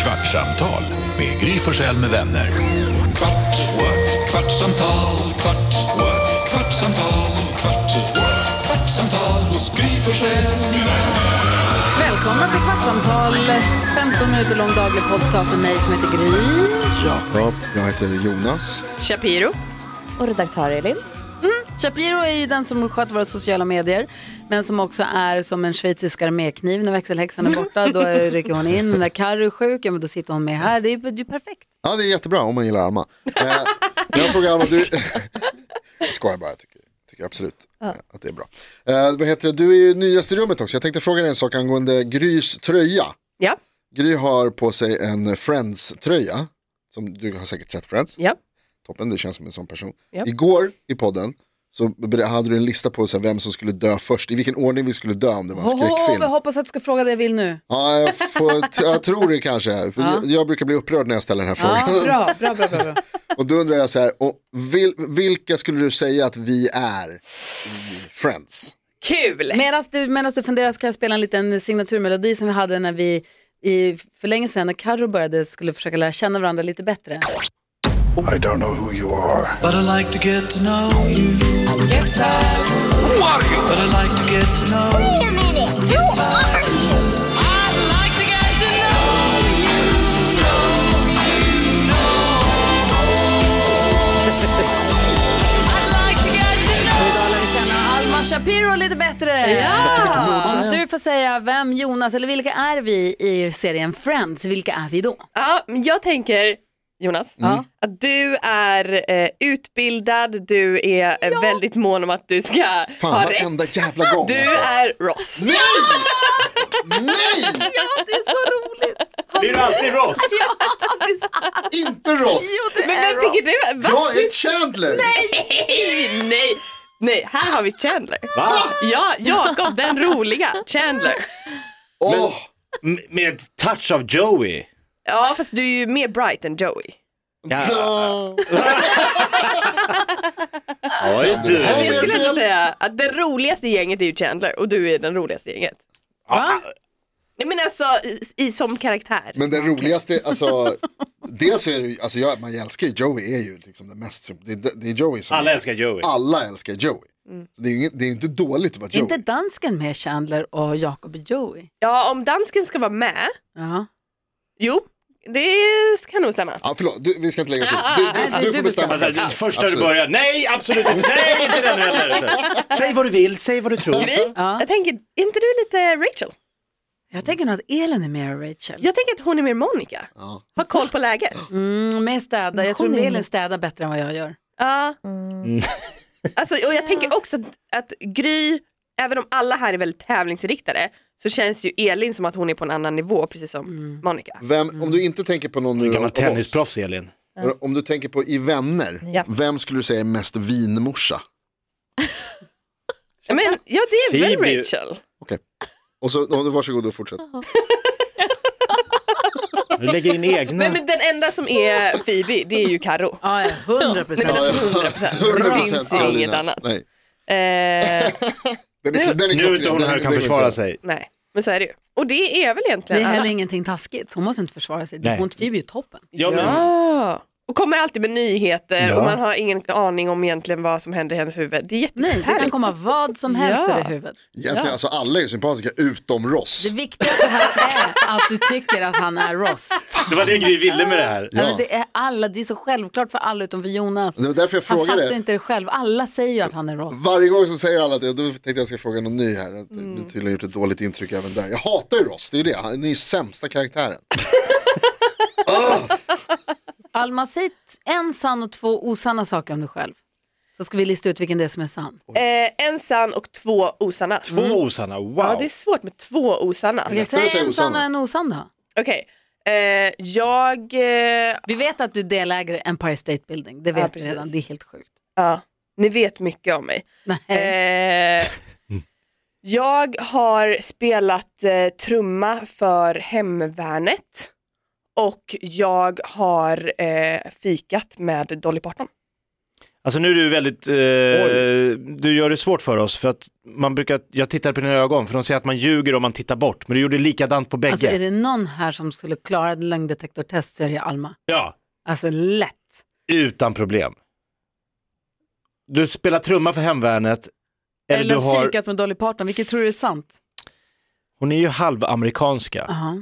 Kvartsamtal med Gry Forssell med vänner. Kvart, what? kvartsamtal, kvart, what? kvartsamtal, kvart, what? kvartsamtal hos Gry Forssell med vänner. Välkomna till Kvartsamtal, 15 minuter lång daglig podcast med mig som heter Gry. Mm, Jakob. Jag heter Jonas. Shapiro. Och redaktör Elin. Shapiro är ju den som sköter våra sociala medier, men som också är som en schweizisk armékniv. När växelhäxan är borta, då är- rycker hon in. När Carro är sjuk, ja, men då sitter hon med här. Det är ju det är ju perfekt. Ja, det är jättebra om man gillar Alma. Eh, jag frågar Alma, du... jag skojar bara, jag tycker, tycker absolut eh, att det är bra. Eh, vad heter det? Du är ju nyast i rummet också. Jag tänkte fråga dig en sak angående Grys tröja. Ja. Gry har på sig en Friends-tröja. Som du har säkert sett Friends. Ja. Toppen, du känns som en sån person. Ja. Igår i podden så ber- hade du en lista på så här, vem som skulle dö först, i vilken ordning vi skulle dö om det var en Åh, skräckfilm. jag hoppas att du ska fråga det jag vill nu. Ja, jag, får, jag tror det kanske. Jag, jag brukar bli upprörd när jag ställer den här Ja, frågan. bra, bra, bra, bra. bra. Och då undrar jag så här, och vil, vilka skulle du säga att vi är i Friends? Kul! Medan du, medans du funderar så kan jag spela en liten signaturmelodi som vi hade när vi i, för länge sedan när Carro började skulle försöka lära känna varandra lite bättre. I don't know who you are. But I like to get to know you. Yes, I would. Who are you? But I like to get to know you. Wait a minute. Who are you? I'd like to get to know you. I'd like to get to know Idag lär vi känna Alma Shapiro lite bättre. Om du får säga vem, Jonas eller vilka är vi i serien Friends, vilka är vi då? Ja, men jag tänker, Jonas, Mm. att du är eh, utbildad, du är eh, väldigt mån om att du ska Fan, ha rätt. varenda jävla gång. Du alltså. är Ross. Nej! Nej, Det är så roligt. Blir du alltid Ross? inte Ross! Men vem tycker du? Va? Jag är Chandler! Nej, nej, här har vi Chandler. Va? Ja, Jakob, den roliga Chandler. Åh, M- med ett touch av Joey. Ja, fast du är ju mer bright än Joey. Ja. då. Oj du. Ja, Jag men- skulle ändå fel. säga att det roligaste gänget är ju Chandler och du är den roligaste gänget. Nej men alltså i, i, som karaktär. Men den roligaste, alltså, dels är det ju- alltså jag, man älskar ju Joey, är ju liksom det mest, det, är- det är Joey som Alla älskar Joey. alla älskar Joey. Så det är ju inget- det är ju inte dåligt att vara Är Joey. inte dansken med Chandler och Jacob och Joey? Ja, om dansken ska vara med, Ja. jo, det kan nog stämma. Ja, förlåt, du, vi ska inte lägga oss i. Du, nej, du, du, du får bestämma. Alltså, själv. först när du Absolut. börjar, nej absolut inte, nej inte den heller. Så. Säg vad du vill, säg vad du tror. Gry, jag tänker, är inte du lite Rachel? Jag tänker nog att Elin är mer Rachel. Jag tänker att hon är mer Monica. Har koll på läget. Mm, mer städa. Jag tror att Elin städar bättre än vad jag gör. Ja. Mm. Alltså, och jag tänker också att, att Gry, även om alla här är väldigt tävlingsinriktade, så känns ju Elin som att hon är på en annan nivå, precis som Mm. Monica. Vem, om du inte tänker på någon nu Gammal av- av oss, tennisproffs Elin. om du tänker på i vänner, Ja. vem skulle du säga är mest vinmorsa? Men ja, det är Phoebe- väl Rachel. Okej. Och så, då, varsågod och fortsätt. Du lägger in egna. Nej men den enda som är Phoebe, det är ju Karo. Ja, hundra procent. Ja, ja. 100%. Det finns ju Carolina. inget annat. Nej. Eh, Den är, den är Nu är inte klockren, hon den- här och den kan går försvara inte. sig. nej, men så är det ju. Och det är väl Det är egentligen heller alla. ingenting taskigt, så hon måste inte försvara sig. Nej. Hon Phoebe är ju toppen. Ja, men, Ja. Ah. Och kommer alltid med nyheter Ja. och man har ingen aning om egentligen vad som händer i hennes huvud. Det är Nej, jättehärligt. det kan komma vad som helst Ja. ur det huvudet. Egentligen, alltså alla är ju sympatiska utom Ross. Det viktigaste här är att du tycker att han är Ross. det var det Gry ville med det här. Mm. Ja. Alltså, det, är alla, det är så självklart för alla utom för Jonas. Det var därför jag han frågade. fattar ju inte det själv. Alla säger ju att han är Ross. Varje gång så säger alla det, då tänkte jag ska fråga någon ny här. Mm. Det har tydligen gjort ett dåligt intryck även där. Jag hatar ju Ross, det är ju det. Han är ju sämsta karaktären. Alma, säg t- en sann och två osanna saker om dig själv. Så ska vi lista ut vilken det är som är sann. Eh, en sann och två osanna. Två osanna, wow. Ja, det är svårt med två osanna. Okej, Okej, lättare att säg säga en sann osanna. och en osann då. eh, jag... Eh, Vi vet att du är delägare i Empire State Building. Det vet vi precis. redan, det är helt sjukt. ja, ni vet mycket om mig. Nej. Eh, jag har spelat eh, trumma för Hemvärnet och jag har eh, fikat med Dolly Parton. Alltså nu är du väldigt, eh, du gör det svårt för oss för att man brukar, jag tittar på dina ögon för de säger att man ljuger om man tittar bort men du gjorde likadant på bägge. Alltså är det någon här som skulle klara ett lögndetektortest så är det Alma. Ja, Alltså lätt. utan problem. Du spelar trumma för hemvärnet. Eller, Eller du har, fikat med Dolly Parton, vilket tror du är sant? hon är ju halvamerikanska Aha.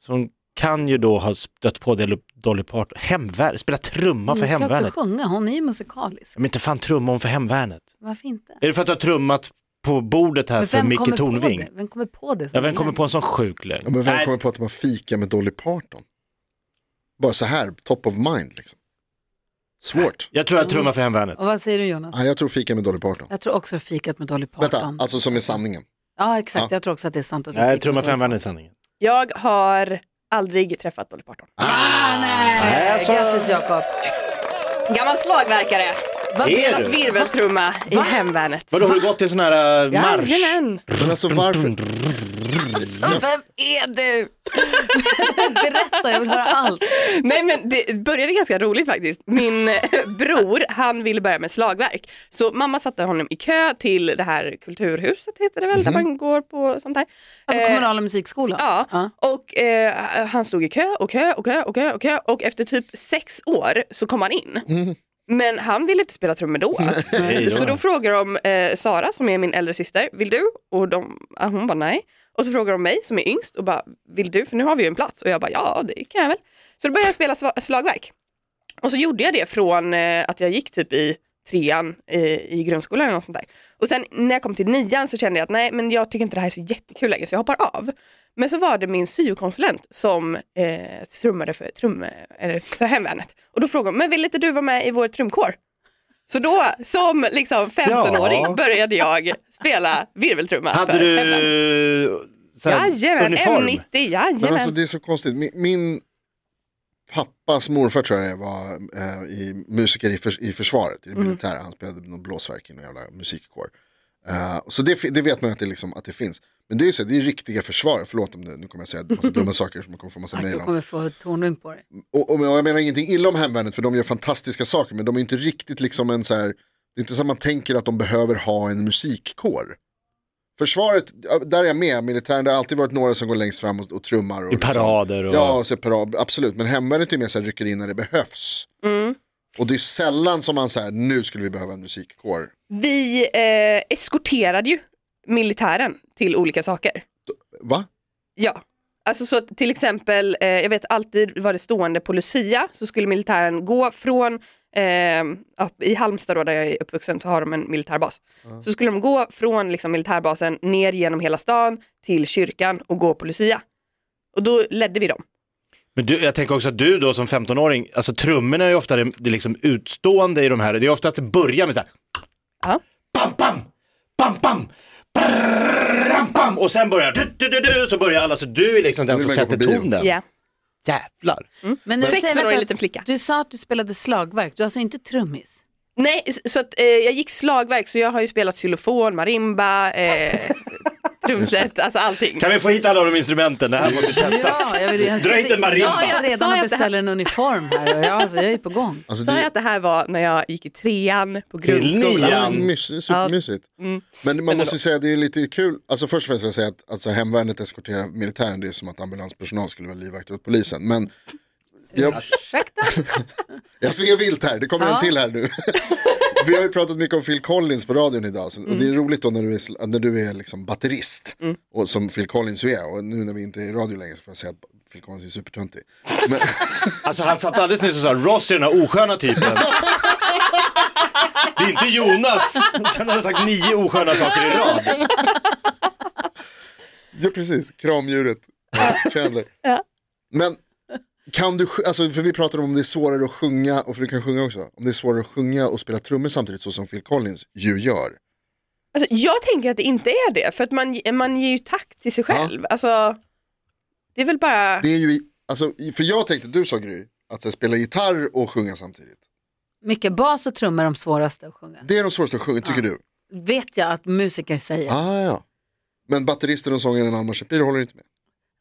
så hon kan ju då ha stött på Dolly- Dolly Parton. Hemvärnet, spela trumma för Hon Mm, kan också hemvärnet. sjunga, hon är ju musikalisk. Men inte fan trumma om för hemvärnet. Varför inte? Är det för att du har trummat på bordet här Men för kommer Micke på Tornving? det? Vem kommer på det? Ja, vem kommer på en sån sjuk lögn? Ja, men vem Nej, kommer på att man fikar med Dolly Parton? Bara så här, top of mind liksom. Svårt. Jag tror jag trummar för hemvärnet. Och vad säger du Jonas? Ja, jag tror fika med Dolly Parton. Jag tror också att fikat med Dolly Parton. Vänta, alltså som är sanningen. Ja exakt, jag tror också att det är sant. att du Nej, fick trumma med för Dolly hemvärnet i sanningen. Jag har aldrig träffat Dolly Parton. Parton. Nej, grattis Jakob. Gammal slagverkare. Ser Spelat du? virveltrumma i hemvärnet. Vadå, har du gått i sån här äh, marsch? Jajamän. Men alltså varför? Så vem är du? Berätta, jag vill höra allt. Nej men det började ganska roligt faktiskt. Min eh, bror han ville börja med slagverk så mamma satte honom i kö till det här kulturhuset heter det väl där man går på sånt här. Alltså Eh, kommunala musikskolan? Ja, och eh, han stod i kö och kö och kö och kö och kö och efter typ sex år så kom han in. Men han ville inte spela trummor då. Nej, Så då. då frågar de eh, Sara som är min äldre syster, vill du? Och de, ah, hon bara nej. Och så frågar de mig som är yngst och bara, vill du? För nu har vi ju en plats. Och jag bara, ja det kan jag väl. Så då började jag spela sva- slagverk. Och så gjorde jag det från eh, att jag gick typ i trean eh, i grundskolan eller något sånt där. Och sen när jag kom till nian så kände jag att nej men jag tycker inte det här är så jättekul längre så jag hoppar av. Men så var det min syokonsulent som eh, trummade för, trum, eller för hemvärnet. Och då frågade hon, men vill inte du vara med i vår trumkår? Så då som liksom 15-åring Ja. började jag spela virveltrumma Hade för hemvärnet. du så här, Jajamän, uniform? M90, Men jajamän. alltså det är så konstigt. Min, min pappas morfar tror jag det var eh, i, musiker i, förs- i försvaret, i det militära. Han spelade någon blåsverk i någon jävla musikkår. Eh, så det, fi- det vet man ju att det, liksom, att det finns. Men det är ju så, här, det är riktiga försvarare, förlåt om det, nu kommer jag säga massa dumma saker som man kommer få massa mejl Du om. kommer få Tornving på dig. och, och jag menar ingenting illa om hemvärnet för de gör fantastiska saker men de är inte riktigt liksom en så här, det är inte så att man tänker att de behöver ha en musikkår. Försvaret, ja, där är jag med, militären, det har alltid varit några som går längst fram och, och trummar. Och I parader och- Liksom. Ja, så parad, absolut, men hemvärnet är mer så här, rycker in när det behövs. Mm. Och det är sällan som man säger nu skulle vi behöva en musikkår. Vi eh, eskorterade ju militären till olika saker. Va? Ja, alltså så att till exempel, eh, jag vet alltid var det stående på Lucia så skulle militären gå från, eh, upp- i Halmstad då, där jag är uppvuxen så har de en militärbas. Så skulle de gå från liksom, militärbasen ner genom hela stan till kyrkan och gå på Lucia. Och då ledde vi dem. Men du, jag tänker också att du då som 15-åring, alltså trummorna är ju ofta det, det liksom utstående i de här, det är ofta att det börjar med så här, Ja. pam, pam, pam, pam, brrrram, pam, och sen börjar du, du, du, du, så börjar alla, så du är liksom den Nu som vill jag gå sätter på bio. tonen. Jävlar. Men nu, säg, 16-årig vänta, liten flicka. Du sa att du spelade slagverk, du är alltså inte trummis? Nej, s- så att, eh, jag gick slagverk så jag har ju spelat xylofon, marimba, eh, trumset, alltså allting. Kan vi få hit alla de instrumenten? Det här måste testas. Ja, jag vill ju Dra hit en marimba. Jag sitter Sa redan jag och att det här- beställer en uniform här och jag, alltså, jag är på gång. Alltså, Sa jag det, att det här var när jag gick i trean på Till grundskolan? nian. Ja, mys, supermysigt. Men man måste ju säga att det är lite kul, alltså först och främst vill jag säga att alltså, hemvärnet eskorterar militären, det är som att ambulanspersonal skulle vara livvakter åt polisen. Men jag, Ursäkta? jag svingar vilt här, det kommer en till här nu. Vi har ju pratat mycket om Phil Collins på radion idag, så, och det är roligt då när du är, sl- när du är liksom batterist, och som Phil Collins ju är, och nu när vi inte är i radio längre så får jag säga att Phil Collins är supertöntig. Men, Alltså han satt alldeles nyss och sa Ross är den här osköna typen. Det är inte Jonas. Sen har han sagt nio osköna saker i rad. Ja precis, kramdjuret. Chandler. Men kan du, sj- alltså, för vi pratade om det är svårare att sjunga, och för du kan sjunga också, om det är svårare att sjunga och spela trummor samtidigt så som Phil Collins ju gör. Alltså, jag tänker att det inte är det, för att man, man ger ju takt till sig själv. Alltså, det är väl bara... Det är ju, i- alltså, i- för jag tänkte, du sa Gry, att så här, spela gitarr och sjunga samtidigt. Mycket bas och trummor är de svåraste att sjunga. Det är de svåraste att sjunga, tycker du? Vet jag att musiker säger. Ah, ja. Men batteristen och sångaren Alma Shapiro håller inte med.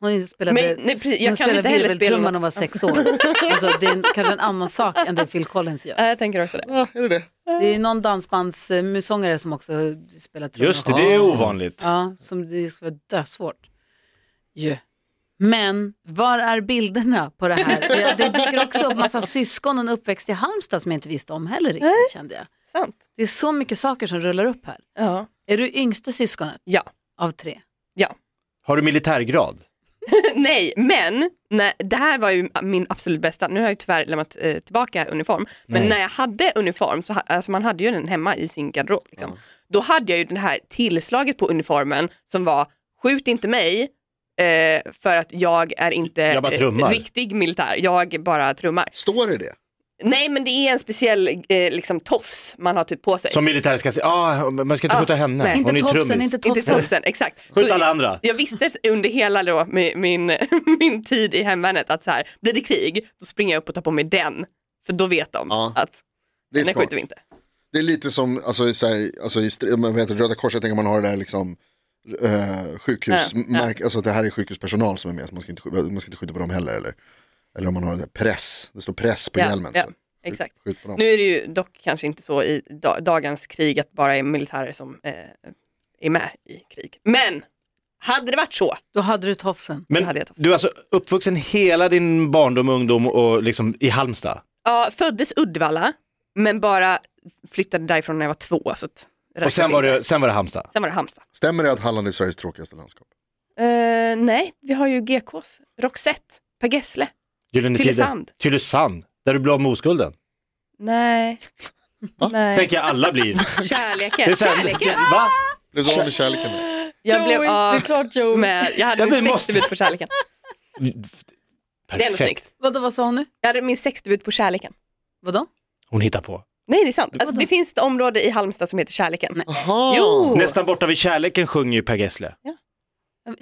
Hon spelade, Men- nej, precis, jag eh, hon kan inte spelade heller spela virveltrumman något. när hon var sex år. Alltså, det är en, kanske en annan sak än det Phil Collins gör. Ja, jag tänker också det. Ja, Ah, är det det? Det är någon dansbandsmusångare som också spelar trummor. Just det, det är ovanligt. Ja, som det skulle vara dödsvårt. Yeah. Men var är bilderna på det här? Ja, Det dyker också upp massa syskon och en uppväxt i Halmstad som jag inte visste om heller riktigt kände jag. Sant. Det är så mycket saker som rullar upp här. Ja. Är du yngste syskonet Ja. av tre? ja. Har du militärgrad? Nej, men nej, det här var ju min absolut bästa. Nu har jag ju tyvärr lämnat eh, tillbaka uniform. Men Nej. när jag hade uniform, så, ha- alltså man hade ju den hemma i sin garderob. Liksom. Då hade jag ju det här tillslaget på uniformen som var skjut inte mig eh, för att jag är inte Jag bara eh, trummar. riktig militär. Jag bara trummar. Står det det? Nej men det är en speciell eh, liksom, tofs man har typ på sig. Som militär ska säga, ah, man ska inte Ah, skjuta henne, nej. hon är Inte ju tofsen, trummis. inte Inte tofsen. tofsen, exakt. Skjut Så- alla andra. jag visste under hela då, min, min, min tid i hemvärnet att så här, blir det krig, då springer jag upp och tar på mig den. För då vet de Ja, att Det är den här smart. skjuter vi inte. Det är lite som alltså, så här, alltså, i str- men vad heter, det, Röda Korset, tänker man har det där liksom, eh, sjukhus, Ja, ja. märk, Alltså, det här är sjukhuspersonal som är med, så man ska inte, sk- man ska inte skjuta på dem heller. Eller, eller om man har det där press, det står press på hjälmen. ja, så, skjut- exakt. Skjut på dem. Nu är det ju dock kanske inte så i da- dagens krig att bara är militärer som eh, är med i krig. Men hade det varit så, Då hade du tofsen. Men hade jag tofsen. du är alltså uppvuxen hela din barndom, ungdom och liksom i Halmstad? ja, föddes Uddevalla men bara flyttade därifrån när jag var två. Så att Och räknas sen var, inte. det, sen var det Halmstad? sen var det Halmstad. Stämmer det att Halland är Sveriges tråkigaste landskap? Eh, nej, vi har ju GKs, Roxette, Per Gessle. Gyllene Tider. Tylösand. Tylösand, där du blev av med oskulden. Nej. Nej. Tänker jag alla blir. Det Kärleken. är så här- Kärleken. Va? Blev du av med kärleken? då? Jag blev det är av klart Joe. med, jag hade Ja, min vi måste- sexdebut på kärleken. Det är ändå Perfekt. snyggt. Vadå, vad sa hon nu? Jag hade min sexdebut på kärleken. Vadå? Hon hittar på. Nej det är sant. Alltså, det finns ett område i Halmstad som heter kärleken. Aha. Jo! Nästan borta vid kärleken sjunger ju Per Gessle.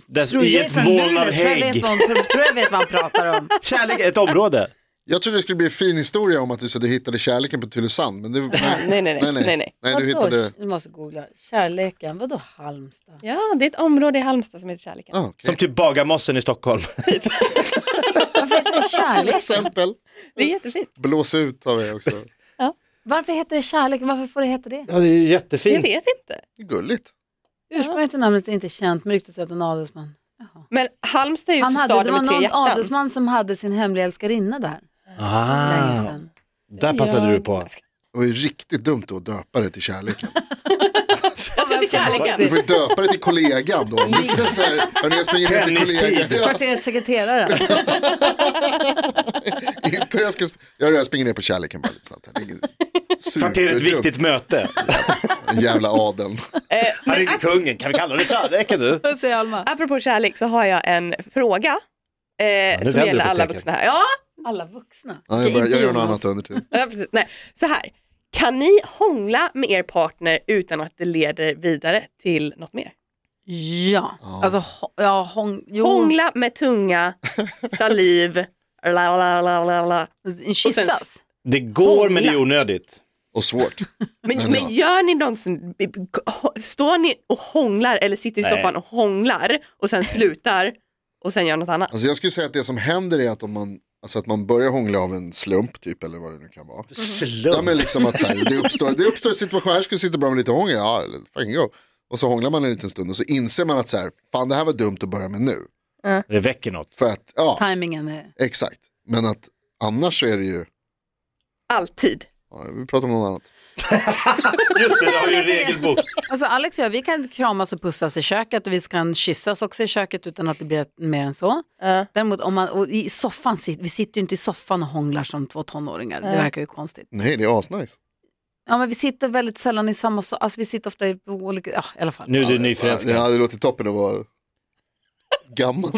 Där- Tror i jag är ett från moln Luleå. av Tror jag hägg. vet vad hon- Tror jag vet vad han pratar om. Kärlek, ett område. Jag trodde det skulle bli en fin historia om att du, så, du hittade kärleken på Tylösand. Men det, nej, Nej, nej, nej. nej, nej. nej du Vadå? hittade... Nu måste jag googla. Kärleken, vadå Halmstad? Ja, det är ett område i Halmstad som heter kärleken. Ah, okay. Som typ Bagarmossen i Stockholm. Varför heter det Till kärleken? exempel. Det är jättefint. Blås ut har vi också. Varför heter det kärleken? Varför får det heta det? Ja, det är ju Jag jättefint. vet inte. Det är Gulligt. Ursprungligen till namnet är inte känt, men ryktet säger att en adelsman. Men Halmstad är ju Han hade, det staden var med tre någon hjärtan. adelsman som hade sin hemliga älskarinna där. Länge Ah, sedan. där passade du på. Det var ju riktigt dumt då att döpa det till kärleken. Jag ska till Du kärleken. får ju döpa det till kollegan då. Om du ska så här, hörni jag springer ner till Tennistid. kollegan. Ja, Kvarterets sekreterare. inte jag, ska, sp- ja, jag springer ner på kärleken bara lite snabbt. här. Det är inget Kvarteret ett superdumt. viktigt möte. Den Jävla adeln. Eh, Han men ringde kungen, kan vi kalla det kärleken du? Vad säger Alma? apropå kärlek så har jag en fråga. Eh, vänder som du gäller på alla steken. vuxna här. Ja, Alla vuxna. Ja, jag, Okej, börjar, jag inte gör något Jonas. annat under tiden. Ja, precis. Nej. Så här, kan ni hångla med er partner utan att det leder vidare till något mer? Ja, alltså ho- ja, hång, jo, Hångla med tunga, saliv, la, la, la, la, la. kyssas. Det går men det är onödigt. Och svårt. Men, Men men ja. gör ni någonsin, står ni och hånglar eller sitter i Nej. soffan och hånglar och sen slutar och sen gör något annat? Alltså jag skulle säga att det som händer är att om man, alltså att man börjar hångla av en slump typ eller vad det nu kan vara. Ja, Slump. men liksom att så här, det, uppstår, det uppstår situationer, här skulle sitta bra med lite hångel, ja, eller fucking go. Och så hånglar man en liten stund och så inser man att så här, fan det här var dumt att börja med nu. Det väcker något. För att, ja, Timingen är... exakt. Men att annars så är det ju, Alltid. ja, vi pratar om något annat. Just det, det har ju en regelbok. Alltså Alex och jag, vi kan kramas och pussas i köket och vi kan kyssas också i köket utan att det blir mer än så. Däremot om man, och i soffan, sit- vi sitter ju inte i soffan och hånglar som två tonåringar, det verkar ju konstigt. Nej, det är asnice. Ja men vi sitter väldigt sällan i samma soffa, alltså vi sitter ofta i olika, ja i alla fall. Nu är du Ja, nyförälskad. ja, det låter toppen att vara gammal.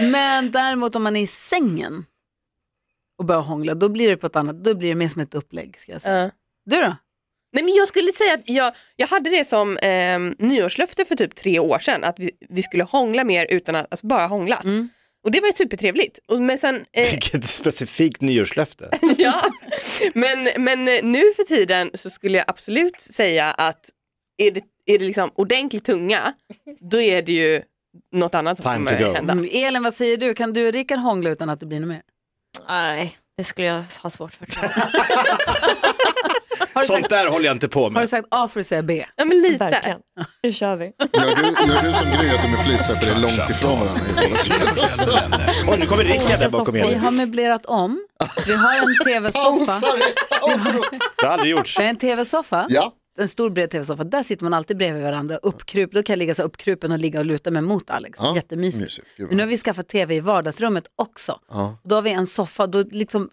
Men däremot om man är i sängen och börjar hångla, då blir det på ett annat, då blir det mer som ett upplägg ska jag säga. Ja. Du då? Nej men jag skulle säga att jag, jag hade det som eh, nyårslöfte för typ tre år sedan att vi, vi skulle hångla mer utan att, alltså bara hångla. Mm. Och det var ju supertrevligt. Och, men sen, eh, Vilket specifikt nyårslöfte. ja. men, men eh, nu för tiden så skulle jag absolut säga att Är det, är det liksom ordentlig tunga, då är det ju något annat som Time kommer to go. hända. Mm, Elin, vad säger du? Kan du och Rickard hångla utan att det blir något mer? Nej, det skulle jag ha svårt för. tror jag. Har du Sånt sagt, där håller jag inte på har du med. sagt A för att säga B? Ja men lite. Verkligen. Nu kör vi. Gör du, gör du som grej att du med flit sätter dig långt ifrån varandra? i Gry Forssell med vänner. Oj, nu kommer Rickard där Olika bakom soffor. Vi igen. har möblerat om, vi har en tv-soffa. Pausar i outrot. Det har aldrig gjorts. Vi har en tv-soffa. Ja, en stor bred tv-soffa, där sitter man alltid bredvid varandra, uppkrup, då kan jag ligga så här uppkrupen och ligga och luta mig mot Alex. Ja, Jättemysigt. mysigt. Gud vad Men nu har vi skaffat tv i vardagsrummet också. Ja. Då har vi en soffa, då liksom,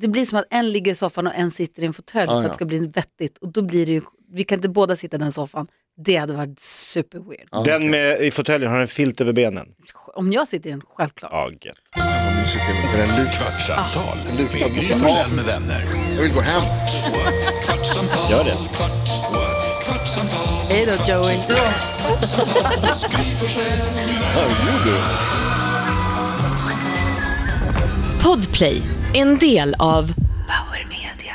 det blir som att en ligger i soffan och en sitter i en fåtölj för ja. att det ska bli vettigt. Och då blir det ju, vi kan inte båda sitta i den soffan. Det hade varit super weird. Den med, i fåtöljen har en filt över benen. Om jag sitter i den, självklart. Ja, gött. vad mysigt det är med den luk. Kvartsamtal Lutar med mot Gry en Forssell vas. med vänner. Jag vill gå hem. Kvartsamtal, Gör det. kvart, what? kvartsamtal, Hej då Joey. Gry Forssell Podplay, en del av Power Media.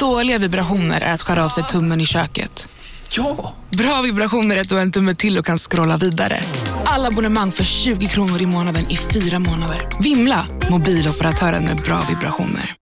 Dåliga vibrationer är att skära av sig tummen i köket. Ja! Bra vibrationer är att du har en tumme till och kan scrolla vidare. Alla abonnemang för 20 kronor i månaden i fyra månader. Vimla! Mobiloperatören med bra vibrationer.